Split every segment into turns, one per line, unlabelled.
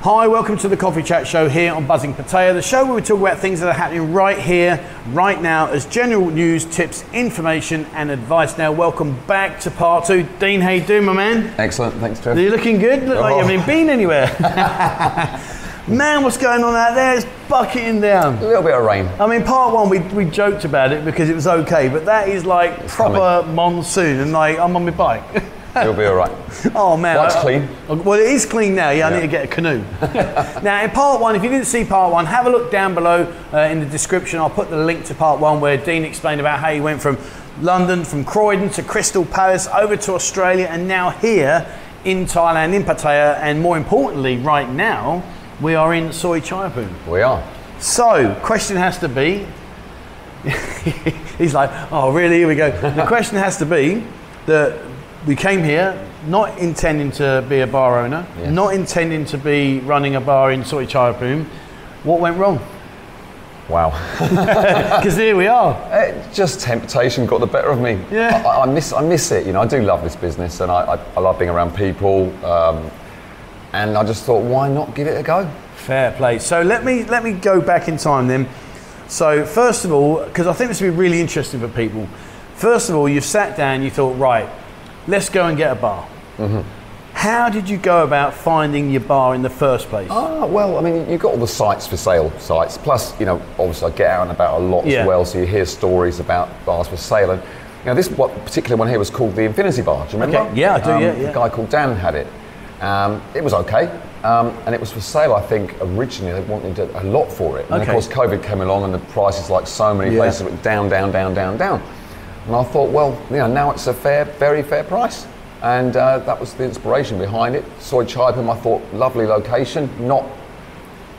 Hi, welcome to the Coffee Chat Show here on Buzzing Potato, the show where we talk about things that are happening right here, right now, as general news, tips, information, and advice. Now, welcome back to part two. Dean, how you doing, my man?
Excellent, thanks, Trev.
Are you looking good? Look like you
Oh.
haven't been anywhere. man, what's going on out there? It's bucketing down.
A little bit of rain.
I mean, part one, we, we joked about it because it was okay, but that is like proper monsoon, and like, I'm on my bike.
It'll be all right.
Oh man,
Well, it's
I-
clean.
I- Well, it is clean now. Yeah, I
Yeah.
need to get a canoe. now, in part one, if you didn't see part one, have a look down below uh, in the description. I'll put the link to part one where Dean explained about how he went from London, from Croydon to Crystal Palace, over to Australia, and now here in Thailand, in Pattaya, and more importantly, right now we are in Soi Chaipoon.
We are.
So, question has to be. He's like, oh, really? Here we go. The question has to be that we came here not intending to be a bar owner,
Yeah.
not intending to be running a bar in Soi Chaipoon. What went wrong?
Wow.
Because here we are.
Eh, just temptation got the better of me.
Yeah.
I, I miss, I miss it. You know, I do love this business, and I, I, I love being around people. Um, and I just thought, why not give it a go?
Fair play. So let me let me go back in time then. So first of all, because I think this would be really interesting for people. First of all, you've sat down, you thought, right, let's go and get a bar.
Mm-hmm.
How did you go about finding your bar in the first place?
Ah, well, I mean, you've got all the sites for sale sites. Plus, you know, obviously I get out and about a lot
Yeah.
as well, so you hear stories about bars for sale. And, you know, this one, particular one here was called the Infinity Bar. Do you remember?
Okay. Yeah, I do,
Um,
yeah, yeah.
A guy called Dan had it. Um, it was okay. Um, and it was for sale, I think, originally. They wanted a a lot for it. And
Okay.
of course, COVID came along and the prices, like so many
Yeah.
places, went down, down, down, down, down. And I thought, well, you know, now it's a fair, very fair price. And uh, that was the inspiration behind it. Soy Chaipan, I thought, lovely location, not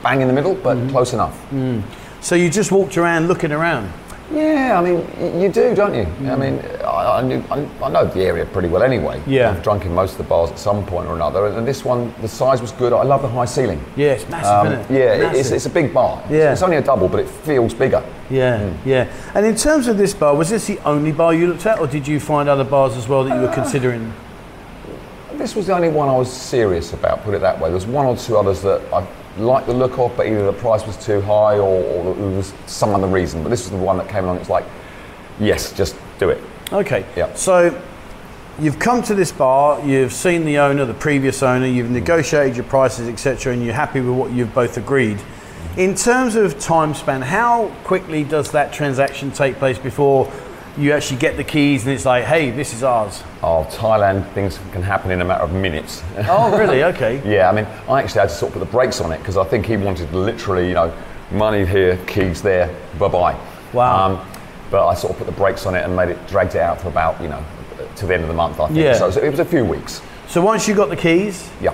bang in the middle, but
Mm-hmm.
close enough.
Mm. So you just walked around looking around.
Yeah, I mean, y- you do, don't you?
Mm.
I mean, I, I, knew, I, I know the area pretty well anyway.
Yeah.
I've drunk in most of the bars at some point or another. And, and this one, the size was good. I love the high ceiling.
Yeah, it's massive,
Um,
isn't it?
yeah, it-
Massive.
it's, it's a big bar. It's-
Yeah.
It's only a double, but it feels bigger.
yeah,
Mm.
yeah. And in terms of this bar, was this the only bar you looked at, or did you find other bars as well that you were considering?
This was the only one I was serious about, put it that way. There's one or two others that I liked the look of, but either the price was too high or, or there was some other reason. But this was the one that came along, it's like, yes, just do it.
Okay.
Yeah.
So you've come to this bar, you've seen the owner, the previous owner, you've negotiated your prices, etc., and you're happy with what you've both agreed. In terms of time span, how quickly does that transaction take place before you actually get the keys and it's like, hey, this is ours?
Oh, Thailand, things can happen in a matter of minutes.
Oh, really? Okay.
Yeah, I mean, I actually had to sort of put the brakes on it because I think he wanted literally, you know, money here, keys there, bye bye.
Wow.
but I sort of put the brakes on it and made it dragged it out for about, you know, to the end of the month. I think.
Yeah.
So, so it was a few weeks.
So once you got the keys,
Yeah.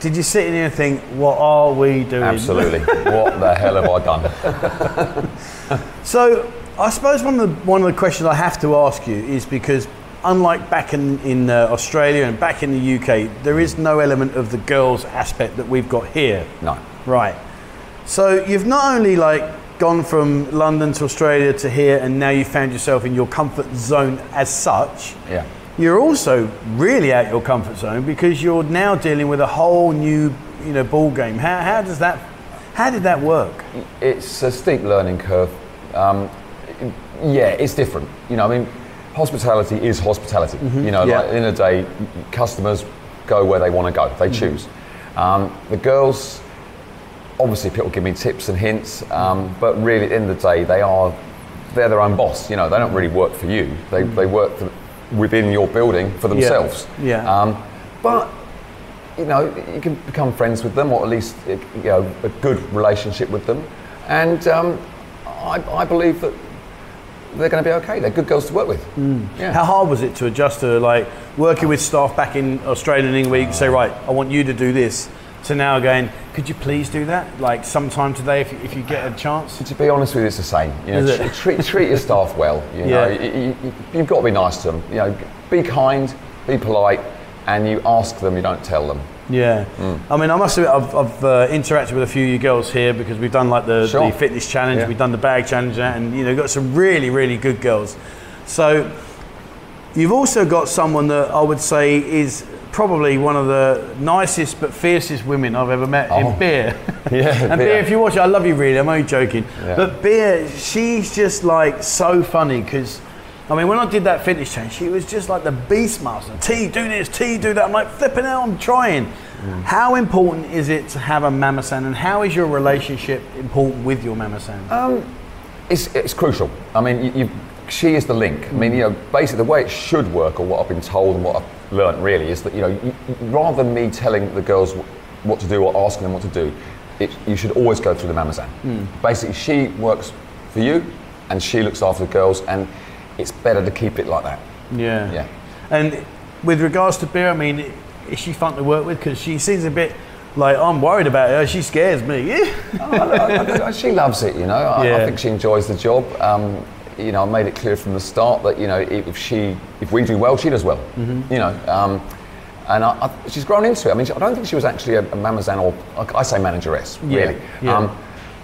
did you sit in here and think, what are we doing?
Absolutely. what the hell have I done?
So I suppose one of the one of the questions I have to ask you is because unlike back in in uh, Australia and back in the UK, there is no element of the girls aspect that we've got here.
No.
Right. So you've not only like gone from London to Australia to here, and now you found yourself in your comfort zone as such.
Yeah.
You're also really out your comfort zone because you're now dealing with a whole new, you know, ball game. How, how does that? How did that work?
It's a steep learning curve. Um, yeah, it's different. You know, I mean, hospitality is hospitality. You know,
Mm-hmm. Yeah. Mm-hmm.
like, at the end of the day, customers go where they want to go. They choose. Um, the girls, obviously, people give me tips and hints,
Mm-hmm.
um, but really, at the end of the day, they are they're their own boss. You know, they don't really work for you. They, they work for, within your building for themselves.
Mm-hmm. Yeah.
Um, but you know, you can become friends with them, or at least you know a good relationship with them. And um, I, I believe that they're going to be okay. They're good girls to work with. Yeah.
How hard was it to adjust to like working with staff back in Australia and England? You say, right, I want you to do this. So now going, could you please do that? Like sometime today, if you, if you get a chance.
To be honest with you, it's the same. You know,
Is it?
tr- treat, treat your staff well. You
Yeah.
know, you, have got to be nice to them. You know, be kind, be polite, and you ask them. You don't tell them.
Yeah. Mm. I mean, I must admit, I've, I've uh, interacted with a few of you girls here because we've done like the,
Sure.
the fitness challenge,
Yeah.
we've done the bag challenge, and you know, got some really, really good girls. So you've also got someone that I would say is probably one of the nicest but fiercest women I've ever met
Oh.
in beer.
Yeah,
and beer.
Beer.
if you watch it, I love you, really. I'm only joking.
Yeah.
But beer, she's just like so funny because. I mean, when I did that fitness change, she was just like the beast master. T, do this, T, do that. I'm like, flipping out, I'm trying. How important is it to have a mamasan, and how is your relationship important with your mamasan?
It's, it's crucial. I mean, you, you, she is the link. I mean, you know, basically the way it should work, or what I've been told and what I've learnt really, is that you know, you, you- rather than me telling the girls wh- what to do or asking them what to do, it, you should always go through the mamazan. Basically, she works for you, and she looks after the girls, and it's better to keep it like that.
Yeah.
Yeah.
And with regards to beer, I mean, is she fun to work with? Because she seems a bit like I'm worried about her. She scares me.
I- I- she loves it, you know. I,
Yeah.
I think she enjoys the job. Um, you know, I made it clear from the start that you know if if she, if we do well, she does well.
Mm-hmm.
You know, um, and I, I, she's grown into it. I mean, she- I don't think she was actually a, a mamazan or I, I say manageress
Yeah,
really
yeah.
Um,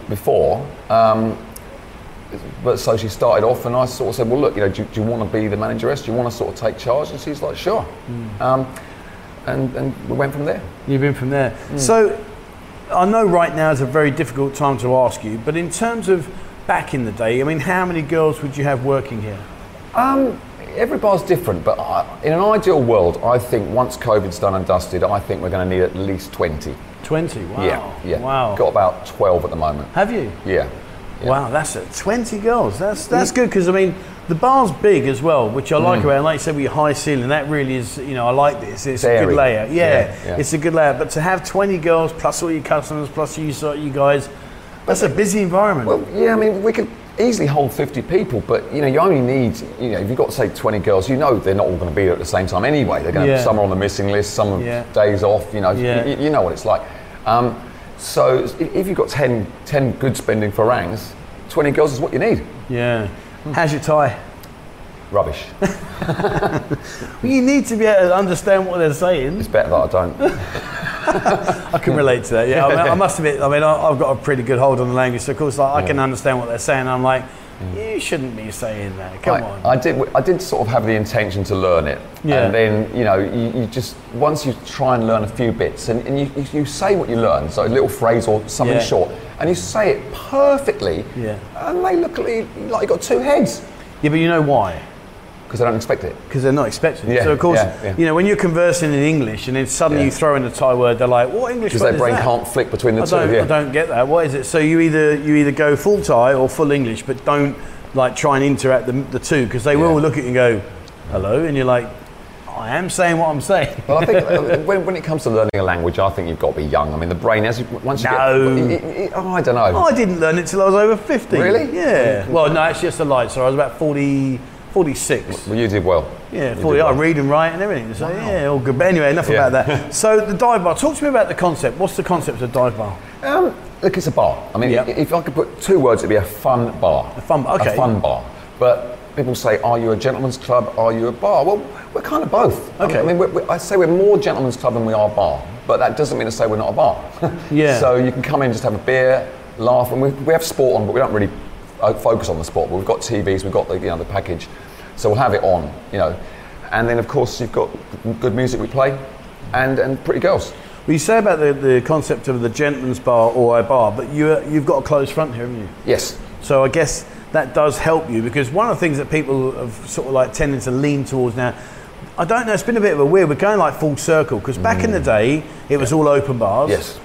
before. Um, but so she started off, and I sort of said, "Well, look, you know, do, do you want to be the manageress? Do you want to sort of take charge?" And she's like, "Sure."
Mm.
Um, and, and we went from there.
You've been from there.
Mm.
So I know right now is a very difficult time to ask you, but in terms of back in the day, I mean, how many girls would you have working here?
Um, every bar's different, but I, in an ideal world, I think once COVID's done and dusted, I think we're going to need at least 20.
20. Wow.
Yeah, yeah.
Wow.
Got about 12 at the moment.
Have you?
Yeah. Mm.
Wow, that's it. 20 girls. That's that's good because I mean the bar's big as well, which I like about. it. And like you said, with your high ceiling, that really is. You know, I like this. It's a good
Varied.
layer. Yeah,
Yeah, yeah.
it's a good layer. But to have 20 girls plus all your customers plus you, so you guys, that's a busy environment.
Well, Um, yeah, I mean, we could easily hold 50 people, but you know, you only need, you know, if you've got, say, 20 girls, you know they're not all going to be there at the same time anyway. They're going to,
Yeah.
some are on the missing list, some have
Yeah.
days off, you know,
Yeah.
you, you know what it's like. Um, so i- if you've got 10, 10 good spending for rangs, 20 girls is what you need.
yeah. How's your tie?
Rubbish.
Well, you need to be able to understand what they're saying.
It's better that I don't.
I can relate to that. Yeah, I, mean, I must admit. I mean, I- I've got a pretty good hold on the language, so of course, like, I can understand what they're saying. I'm like,
Mm.
you shouldn't be saying that. Come
I,
on.
I did. I did sort of have the intention to learn it,
Yeah.
and then you know, you, you just once you try and learn a few bits, and, and you, you say what you learn, so a little phrase or something
Yeah.
short, and you say it perfectly,
Yeah.
and they look at you like you got two heads
yeah, but you know why?
because they don't expect it.
because they're not expecting it.
Yeah,
so of course,
yeah, yeah.
you know, when you're conversing in English and then suddenly you
Yeah.
throw in a Thai word, they're like, "What English
Because
word
their
is
brain
that?"
can't flick between the
I
two.
don't,
yeah.
I don't get that. What is it? So you either you either go full Thai or full English, but don't like try and interact the, the two because they will
Yeah.
look at you and go, "Hello," and you're like, "I am saying what I'm saying."
Well, I think uh, when, when it comes to learning a language, I think you've got to be young. I mean, the brain, as you, once you
No.
get, it- it- it- oh, I don't know.
I didn't learn it till I was over 50.
Really?
Yeah. Well, no, it's just a lie. So I was about 40, 46.
Well, you did well.
Yeah,
You did
40, I
well.
read and write and everything. So yeah, all good. But anyway, enough
Yeah.
about that. So the dive bar. Talk to me about the concept. What's the concept of dive bar?
Um, look, it's a bar. I mean,
Yeah.
if I could put two words, it'd be a fun bar. A
fun bar, okay.
A fun bar. But people say, are you a gentleman's club? Are you a bar? Well, we're kind of both. I mean-
Okay.
I mean, we're, we I say we're more gentleman's club than we are bar, but that doesn't mean to say we're not a bar.
Yeah.
So you can come in, just have a beer, laugh, and we, we have sport on, but we don't really uh, focus on the sport. But we've got TVs, we've got the you know the package, so we'll have it on, you know. And then of course you've got good music we play, and and pretty girls.
Well, you say about the, the concept of the gentleman's bar or a bar, but you, you've got a closed front here, haven't you?
Yes.
So I guess that does help you because one of the things that people have sort of like tended to lean towards now, I don't know, it's been a bit of a weird, we're going like full circle because back in the day, it was all open bars.
Mm. Yes.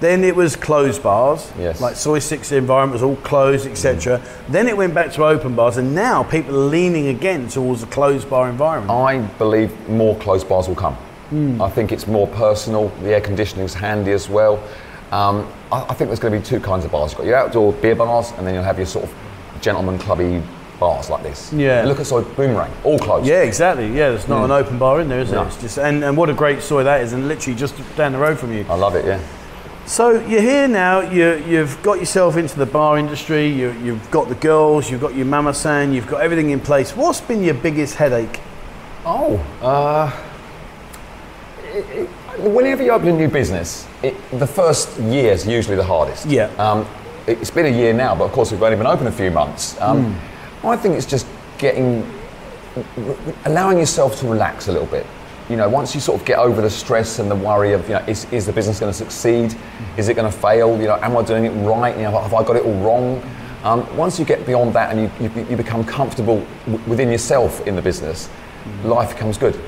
Then it was closed bars,
Yes.
like Soy Six environment was all closed, etc. Then it went back to open bars, and now people are leaning again towards the closed bar environment.
I believe more closed bars will come.
Hmm.
I think it's more personal. The air conditioning's handy as well. Um, I, I think there's going to be two kinds of bars. You've got your outdoor beer bars, and then you'll have your sort of gentleman clubby bars like this.
Yeah.
Look at sort of boomerang, all closed.
Yeah, exactly. Yeah, there's not an open bar in there, is
No.
it? It's just and, and what a great soy that is, and literally just down the road from you.
I love it. Yeah.
Oh. So you're here now. You, you've got yourself into the bar industry. You, you've got the girls. You've got your mama san. You've got everything in place. What's been your biggest headache?
Oh. Uh, it, it, whenever you open a new business, it, the first year is usually the hardest.
Yeah.
Um, it, it's been a year now, but of course we've only been open a few months. Um,
Hmm.
I think it's just getting allowing yourself to relax a little bit. you know, once you sort of get over the stress and the worry of, you know, is, is the business going to succeed? Is it going to fail? You know, am I doing it right? You know, have I got it all wrong? Um, once you get beyond that and you, you, you become comfortable w- within yourself in the business, life becomes good.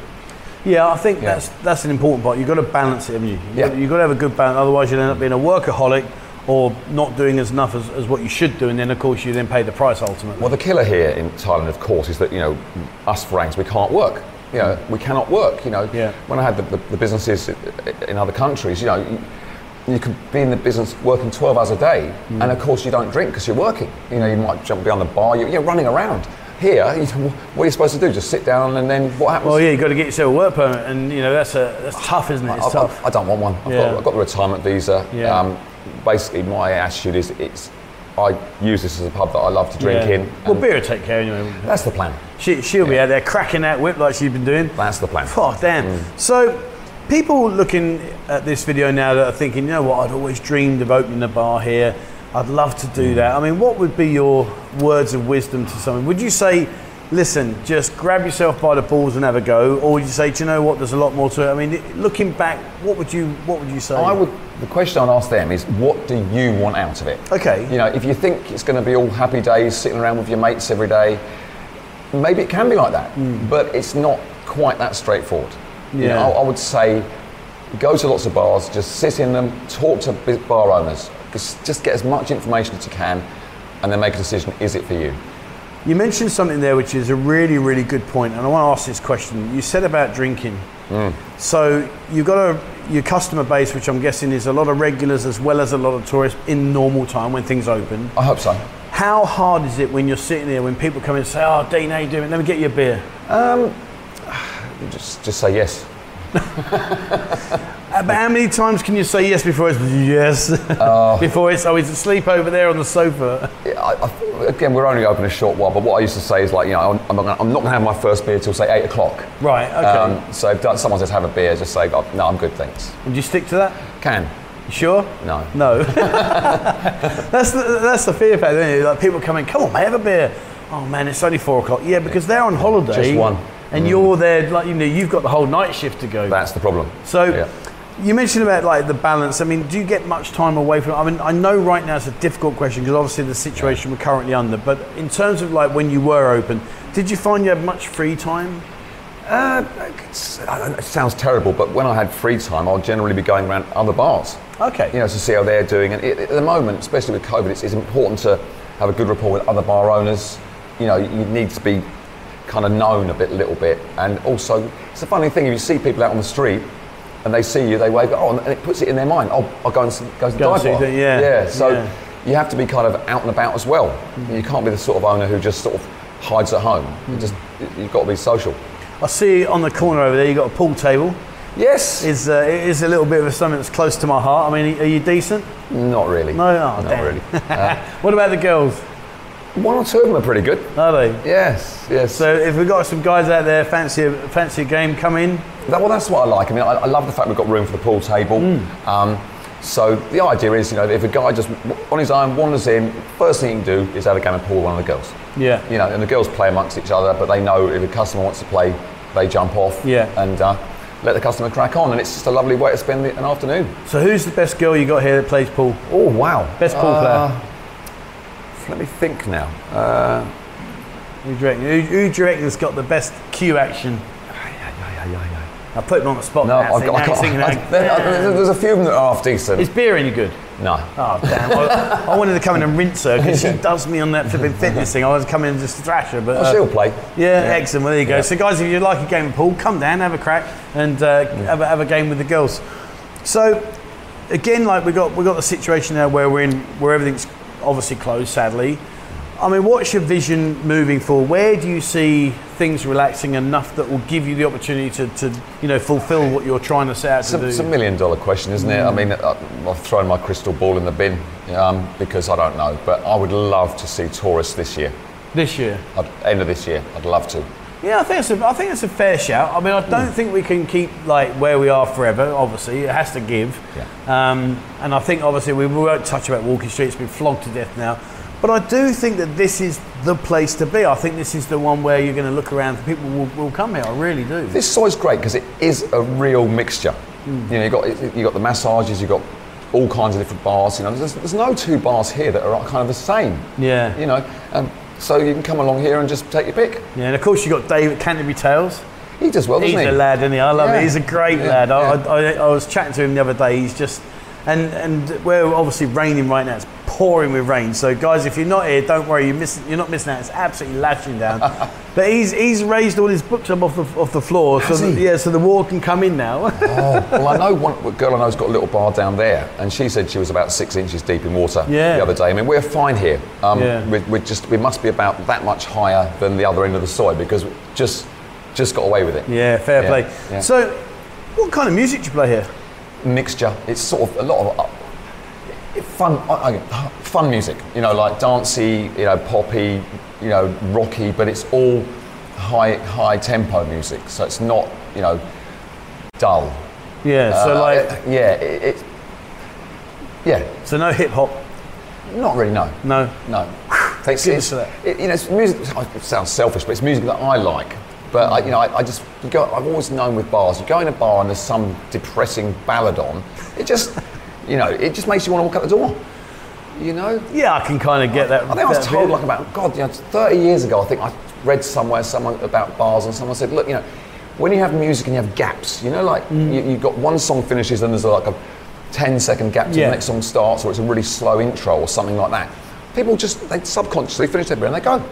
Yeah, I think
Yeah.
that's that's an important part. You've got to balance it, haven't you? You've
Yeah.
got, you've got to have a good balance, otherwise you'll end up being a workaholic or not doing as enough as, as what you should do, and then of course you then pay the price ultimately.
Well, the killer here in Thailand, of course, is that you know us Franks we can't work. You know, we cannot work. You know,
Yeah.
when I had the, the, the businesses i- in other countries, you know, you, you could be in the business working 12 hours a day,
Mm.
and of course you don't drink because you're working. You know, you might jump behind the bar. You're, you're running around. Here, you know, what are you supposed to do? Just sit down and then what happens?
Well, yeah, you've got to get yourself a work permit, and you know that's a that's tough, isn't it? It's
I,
tough.
I, I don't want one. I've,
Yeah.
got, I've got the retirement visa. Um,
Yeah.
basically, my attitude is it's. I use this as a pub that I love to drink
Yeah.
in.
Well,
and
beer will take care anyway. won't it?
that's the plan.
She, she'll be out there cracking that whip like she's been doing.
That's the plan.
Oh, damn.
Mm.
So, people looking at this video now that are thinking, you know what, I'd always dreamed of opening a bar here. I'd love to
Mm.
do that. I mean, what would be your words of wisdom to someone? Would you say, listen, just grab yourself by the balls and have a go? Or would you say, do you know what, there's a lot more to it? I mean, looking back, what would you, what would you say?
I would. The question I'd ask them is, what do you want out of it?
Okay.
You know, if you think it's going to be all happy days, sitting around with your mates every day, maybe it can be like that. But it's not quite that straightforward. You
Yeah.
know, I, I would say, go to lots of bars, just sit in them, talk to bi- bar owners, just, just get as much information as you can, and then make a decision: is it for you?
You mentioned something there which is a really, really good point, and I want to ask this question. You said about drinking. So you've got a, your customer base, which I'm guessing is a lot of regulars as well as a lot of tourists in normal time when things open.
I hope so.
How hard is it when you're sitting there when people come in and say, Oh, Dean, how you doing? Let me get you a beer.
Just, just say yes.
Uh, But how many times can you say yes before it's yes? before it's, oh, he's asleep over there on the sofa.
I, I, again, we're only open a short while, but what I used to say is like, you know, I'm, I'm not gonna- I'm not going to have my first beer till say eight o'clock.
Right, okay.
Um, so if that- someone says have a beer, just say "Oh, no, I'm good, thanks.
Would you stick to that?
Can
You sure?
No.
No. that's the, that's the fear factor. Isn't it? Like people come in, come on, mate, have a beer. Oh man, it's only four o'clock. Yeah, because they're on holiday.
Just one. Mm.
And you're there, like you know, you've got the whole night shift to go.
that's the problem.
so.
Yeah.
You mentioned about like the balance. I mean, do you get much time away from? I mean, I know right now it's a difficult question because obviously the situation we're currently under. But in terms of like when you were open, did you find you had much free time?
It's- I don't know, it sounds terrible, but when I had free time, I'll generally be going around other bars,
Okay.
you know, to see how they're doing. And it, at the moment, especially with COVID, it's, it's important to have a good rapport with other bar owners. You know, you need to be kind of known a bit, little bit. And also, it's a funny thing if you see people out on the street. And they see you, they wave. Oh, and it puts it in their mind. Oh, I'll go and see, go to the
Go and
dive
see
bar.
the- yeah,
yeah. So
yeah. Mm-hmm.
you have to be kind of out and about as well. You can't be the sort of owner who just sort of hides at home. You just
Mm-hmm.
you've got to be social.
I see on the corner over there you have got a pool table.
Yes.
Is uh, it is a little bit of something that's close to my heart. I mean, are you decent?
Not really.
No, oh,
not
damn.
really.
What about the girls?
One or two of them are pretty good.
Are they?
Yes, yes.
So if we've got some guys out there fancy a, fancy a game, come in.
That- well, that's what I like. I mean, I, I love the fact we've got room for the pool table.
Mm.
Um, so the idea is, you know, if a guy just w- on his own wanders in, first thing he can do is have a game of pool with one of the girls.
Yeah.
You know, and the girls play amongst each other, but they know if a customer wants to play, they jump off.
Yeah.
And uh, let the customer crack on, and it's just a lovely way to spend the, an afternoon.
So who's the best girl you got here that plays pool?
Oh wow!
Best pool
Uh, Let me think now. Uh,
Who do you reckon? Who, who do you reckon's got the best cue action? I put him on the spot.
No,
now,
I've
so now
got, I
he's
can't.
thinking,
I-
like,
there- I- there- there's a few of them that are half
Is
decent.
beer any good?
No.
Oh damn! I, I wanted to come in and rinse her because she does me on that flipping fitness thing. I was coming and just thrash her, but
Well,
uh,
she'll play.
Yeah, excellent. Well, there you go.
Yeah.
So, guys, if you like a game of pool, come down, have a crack, and uh, have, a, have a game with the girls. So, again, like we got we got the situation now where we're in where everything's obviously closed, sadly. I mean, what's your vision moving forward? Where do you see things relaxing enough that will give you the opportunity to, to you know, fulfil what you're trying to set out
It's
to
a,
do?
it's a million dollar question, isn't it? I mean, I- I've thrown my crystal ball in the bin um, because I don't know, but I would love to see tourists this year,
this year?
I'd, end of this year. I'd love to.
Yeah, I think it's a, I think it's a fair shout. I mean, I
Mm.
don't think we can keep like where we are forever. Obviously, it has to give.
Yeah.
Um, and I think obviously we won't touch about walking street. It's been flogged to death now. But But I do think that this is the place to be. I think this is the one where you're going to look around. People will, will come here. I really do.
This soil's great because it is a real mixture.
Hmm.
You know, you got you got the massages, you got all kinds of different bars. You know, there's, there's no two bars here that are kind of the same.
Yeah.
You know, and so you can come along here and just take your pick.
Yeah, and of course you have got David Canterbury Tales.
He does well,
He's
doesn't
a
he?
lad, isn't he? I love
Yeah.
it. He's a great
Yeah,
lad. I,
yeah.
I, I, I was chatting to him the other day. He's just, and and we're obviously raining right now. It's pouring with rain. So guys, if you're not here, don't worry. You're missing. You're not missing out. It's absolutely lashing down. but he's he's raised all his books up off the off the floor.
Has
so that-
he?
yeah, so the wall can come in now.
Oh, well, I know one girl I know's got a little bar down there, and she said she was about six inches deep in water
Yeah.
the other day. I mean, we're fine here. Um,
Yeah.
we we just we must be about that much higher than the other end of the soil because we just just got away with it.
yeah, fair
Yeah,
play.
yeah.
So, what kind of music do you play here?
mixture. It's sort of a lot of uh, fun, uh, uh, fun music. You know, like dancey, you know, poppy, you know, rocky, but it's all high, high tempo music. So it's not, you know, dull.
Yeah. so
Uh,
like,
uh, yeah, it, it, yeah,
so no hip hop.
not really. No,
No.
no. It's,
Give us
it's,
that.
it, you know, it's music. It sounds selfish, but it's music that I like. But I, you know, I, I just you go. I've always known with bars, you go in a bar and there's some depressing ballad on. It just, you know, it just makes you want to walk out the door. You know,
Yeah, I can kind of get that.
I think I was
that
told
bit.
like about God, you know, 30 years ago. I think I read somewhere someone about bars, and someone said, look, you know, when you have music and you have gaps, you know, like
Mm.
you, you've got one song finishes and there's like a 10 second gap till
Yeah.
the next song starts, or it's a really slow intro or something like that. People just they subconsciously finish their beer and they go.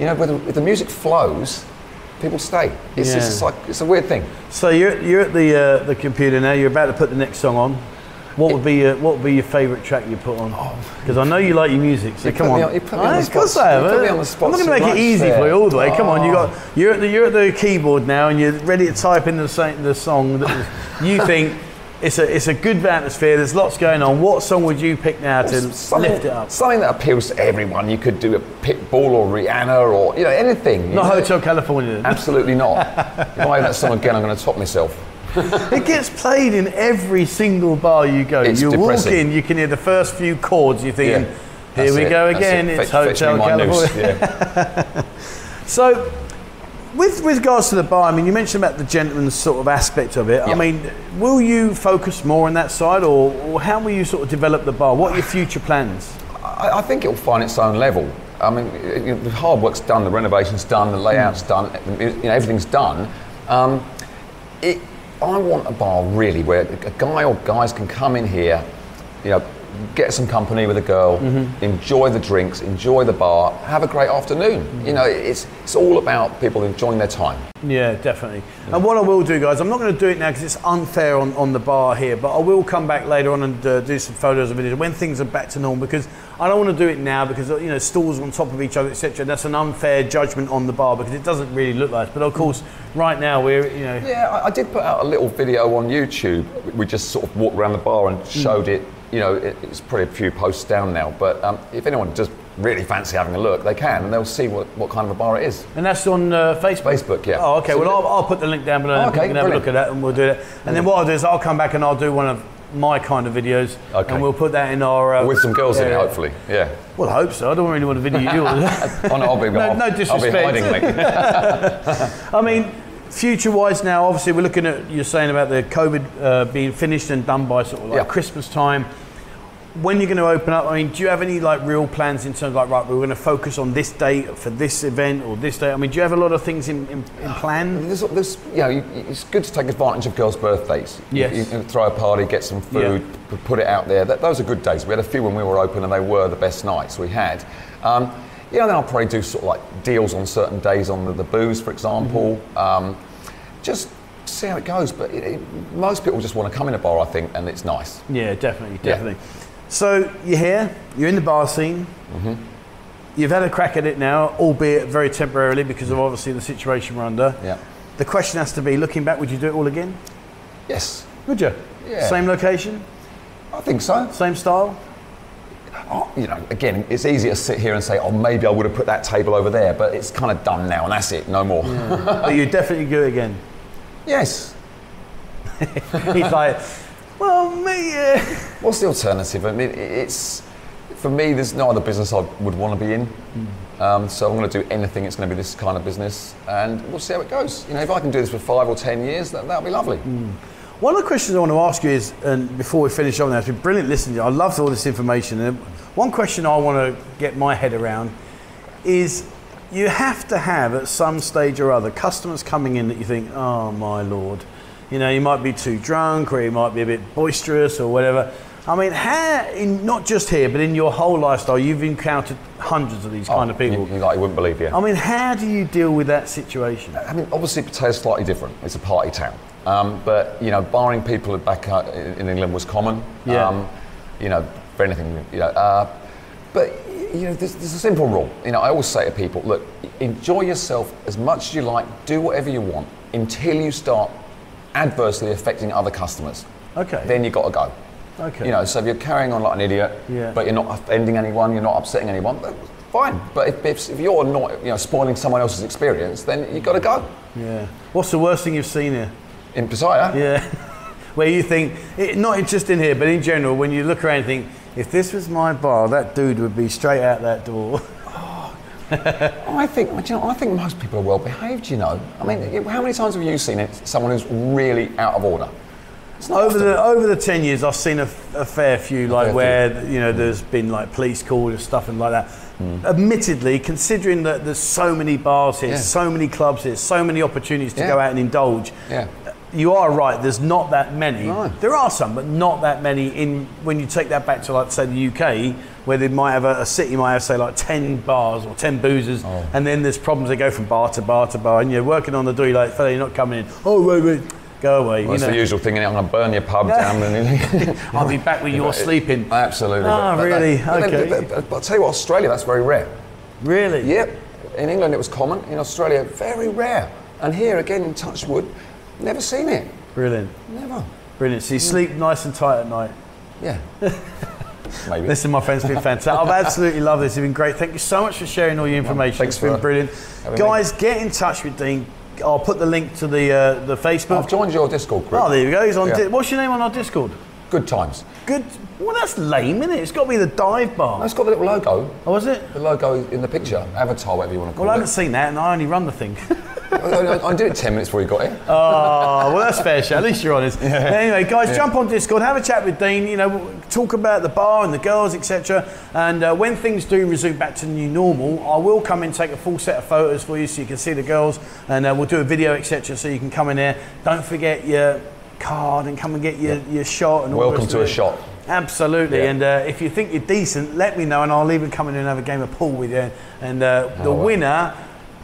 You know, whether if the music flows, people stay. It's
Yeah.
just like it's a weird thing.
So you're, you're at the uh, the computer now. You're about to put the next song on. What would be your, what would be your favourite track you put on? Because I know you like your music. So
Oh. You
come
put me
on.
on- you put me on
Ah,
the
of course
spot.
I have.
You put me
eh?
on the spot
I'm not
so
going to make
much
it easy
there.
for you all the way. Come on, you
Oh.
got you're at the you're at the keyboard now, and you're ready to type in the sa- the song that you think. It's a, it's a good atmosphere. There's lots going on. What song would you pick now to
Something-
lift it up?
Something that appeals to everyone. You could do a Pitbull or Rihanna or you know anything. you
Not
know?
Hotel California. then.
Absolutely not. if I hear that song again, I'm going to top myself.
It gets played in every single bar you go.
It's
you
depressing.
walk in, you can hear the first few chords. You're thinking,
That's
"Here we
it,
go
that's
again."
it.
It's
Fetch- fetch me
Hotel
my noose,
California.
yeah.
So, with with regards to the bar, I mean, you mentioned about the gentleman's sort of aspect of it. I
Yeah.
mean, will you focus more on that side, or, or how will you sort of develop the bar? What are your future plans?
I, I think it'll find its own level. I mean, it- you know, the hard work's done, the renovation's done, the
Mm.
layout's done, the mu- you know, everything's done. Um, it, I want a bar really where a guy or guys can come in here, you know, get some company with a girl,
Mm-hmm.
enjoy the drinks, enjoy the bar, have a great afternoon.
Mm.
You know, it's, it's all about people enjoying their time.
Yeah, definitely. And what I will do, guys, I'm not going to do it now because it's unfair on, on the bar here, but I will come back later on and uh, do some photos and videos when things are back to normal because I don't want to do it now because, uh, you know, stalls on top of each other, etc. That's an unfair judgment on the bar because it doesn't really look like it. But of course, right now we're, you know,
Yeah, I, I did put out a little video on YouTube. We just sort of walked around the bar
Hmm.
and showed it. You know, it, it's probably a few posts down now. But um, if anyone just really fancy having a look, they can, and they'll see what, what kind of a bar it is.
and that's on uh, Facebook.
Facebook, yeah.
Oh, okay.
So
Well,
the-
I'll, I'll put the link down below. and
Okay,
you can have a
brilliant.
look at that, and we'll do that. And then what I'll do is I'll come back and I'll do one of my kind of videos,
Okay.
and we'll put that in our uh,
With some girls in it,
yeah.
hopefully. Yeah.
Well, I hope so. I don't really want to video you.
Oh, no, I'll be,
No-
I'll,
no
I'll be
disrespect.
hiding, mate.
I mean, future-wise now, obviously we're looking at you're saying about the COVID uh, being finished and done by sort of like
Yeah.
Christmas time. When you're going to open up? I mean, do you have any like real plans in terms of like right, we're going to focus on this date for this event or this date? I mean, do you have a lot of things in, in, in plan?
There's, there's, you know, you- it's good to take advantage of girls' birthdays. You-
Yes.
You, can throw a party, get some food, p- put it out there. That, those are good days. We had a few when we were open, and they were the best nights we had. Um, you know, then I'll probably do sort of like deals on certain days on the, the booze, for example. Um, just see how it goes. But it, it, most people just want to come in a bar, I think, and it's nice.
Yeah, definitely,
Yeah.
definitely. So you're here, you're in the bar scene.
Mm-hmm.
You've had a crack at it now, albeit very temporarily because of obviously the situation we're under.
Yeah.
The question has to be: looking back, would you do it all again?
Yes,
Would you?
Yeah.
Same location,
I think so.
same style.
Oh, you know, again, it's easy to sit here and say, oh, maybe I would have put that table over there, but it's kind of done now, and that's it, no more.
but you definitely do it again.
yes.
He's like, well, me. Uh.
What's the alternative? I mean, it's for me, there's no other business I would want to be in. Um, so I'm going to do anything. It's going to be this kind of business, and we'll see how it goes. You know, if I can do this for five or ten years, that that'll be lovely.
One of the questions I want to ask you is, and before we finish on, that's been brilliant listening. to you. I loved all this information. And one question I want to get my head around is you have to have at some stage or other customers coming in that you think, oh my lord, you know, you might be too drunk or you might be a bit boisterous or whatever. I mean, how, in, not just here, but in your whole lifestyle, you've encountered hundreds of these kind of people.
You, you like you wouldn't believe, yeah.
I mean, how do you deal with that situation?
I mean, obviously, Pataya's slightly different. It's a party town. Um, but, you know, barring people back uh, in England was common.
Yeah.
Um, you know, for anything, you know. Uh, but, you know, there's, there's a simple rule. You know, I always say to people, look, enjoy yourself as much as you like, do whatever you want until you start adversely affecting other customers.
Okay.
Then you got to go.
Okay.
You know, so if you're carrying on like an idiot,
Yeah.
but you're not offending anyone, you're not upsetting anyone, then fine. But if, if, if you're not, you know, spoiling someone else's experience, then you got to go.
Yeah. What's the worst thing you've seen here?
In Pesiah,
Yeah. Where you think, it, not just in here, but in general, when you look around and think, if this was my bar, that dude would be straight out that door.
I think do you know, I think most people are well behaved. You know, I mean, you- how many times have you seen it, someone who's really out of order? It's not
Over
often.
the over the ten years, I've seen a, a fair few, like
fair
where you know there's been like police calls and stuff and like that. Admittedly, considering that there's so many bars here,
Hmm. Yeah.
so many clubs here, so many opportunities to
Yeah.
go out and indulge,
yeah.
you are right. There's not that many.
No.
There are some, but not that many. In when you take that back to like say the UK, where they might have a, a city might have say like ten bars or ten boozers,
Oh.
and then there's problems. They go from bar to bar to bar, and you're working on the door. You're like, fella, you're not coming in. Oh wait, wait, go away.
Well,
you
it's the
know.
usual thing, innit? I'm going to burn your pub down. And
I'll be back when you're sleeping.
Absolutely.
Ah,
that-
really?
but then-
Okay.
But, but- but I'll tell you what, Australia, that's very rare.
Really?
Yep. In England, it was common. In Australia, very rare. And here, again, in Touchwood, never seen it.
Brilliant.
Never.
Brilliant. So you sleep nice and tight at night.
Yeah. Maybe.
Listen, my friends, it's been fantastic. I've absolutely loved this. It's been great. Thank you so much for sharing all your information.
thanks
it's been
for
brilliant.
having
Guys, get in touch with Dean. I'll put the link to the uh, the
I've
Facebook.
joined your Discord group.
Oh, there you go. He's on.
Yeah.
Di- What's your name on our Discord?
Good times.
Good. Well, that's lame, isn't it? It's got to be the dive
Oh,
bar.
it's got the little logo.
Oh, is it?
The logo in the picture, avatar, whatever you want to call
Well, I haven't
it.
seen that, and I only run the thing.
I, I, I did it 10 minutes before you got here.
Oh, well, that's fair, share. At least you're honest. But Anyway, guys, jump on Discord, have a chat with Dean. You know, w- talk about the bar and the girls, etc. And uh, when things do resume back to new normal, I will come and take a full set of photos for you, so you can see the girls, and uh, we'll do a video, etc. So you can come in there. Don't forget your card and come and get your, your shot. And all the
Welcome
rest
to
of
a
it.
shot.
Absolutely,
Yeah.
and uh, if you think you're decent, let me know, and I'll even come in and have a game of pool with you. And uh, the
Oh, wow.
winner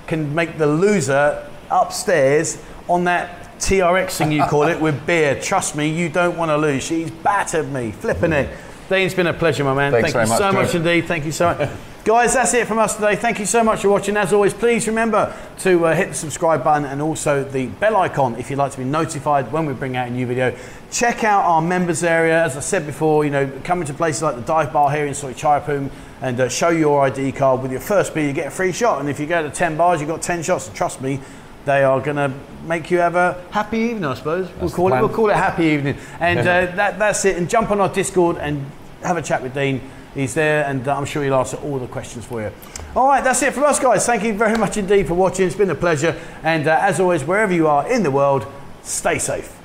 can make the loser upstairs on that TRX thing you call it with beer. Trust me, you don't want to lose. She's battered me, flipping it. Dean, it's been a pleasure, my man.
Thanks
Thank you
very
so
much,
much
Drew.
indeed. Thank you so much. Guys, that's it from us today. Thank you so much for watching. As always, please remember to uh, hit the subscribe button and also the bell icon if you'd like to be notified when we bring out a new video. Check out our members area. As I said before, you know, coming to places like the dive bar here in Soy Chirapum and uh, show your ID card with your first beer, you get a free shot. And if you go to 10 bars, you've got 10 shots. And trust me, they are going to make you have a happy evening, I suppose. we'll,
the
call it,
plan.
we'll call it happy evening. And uh, that, that's it. And jump on our Discord and have a chat with Dean. He's there, and uh, I'm sure he'll answer all the questions for you. All right, that's it from us, guys. Thank you very much indeed for watching. It's been a pleasure. And uh, as always, wherever you are in the world, stay safe.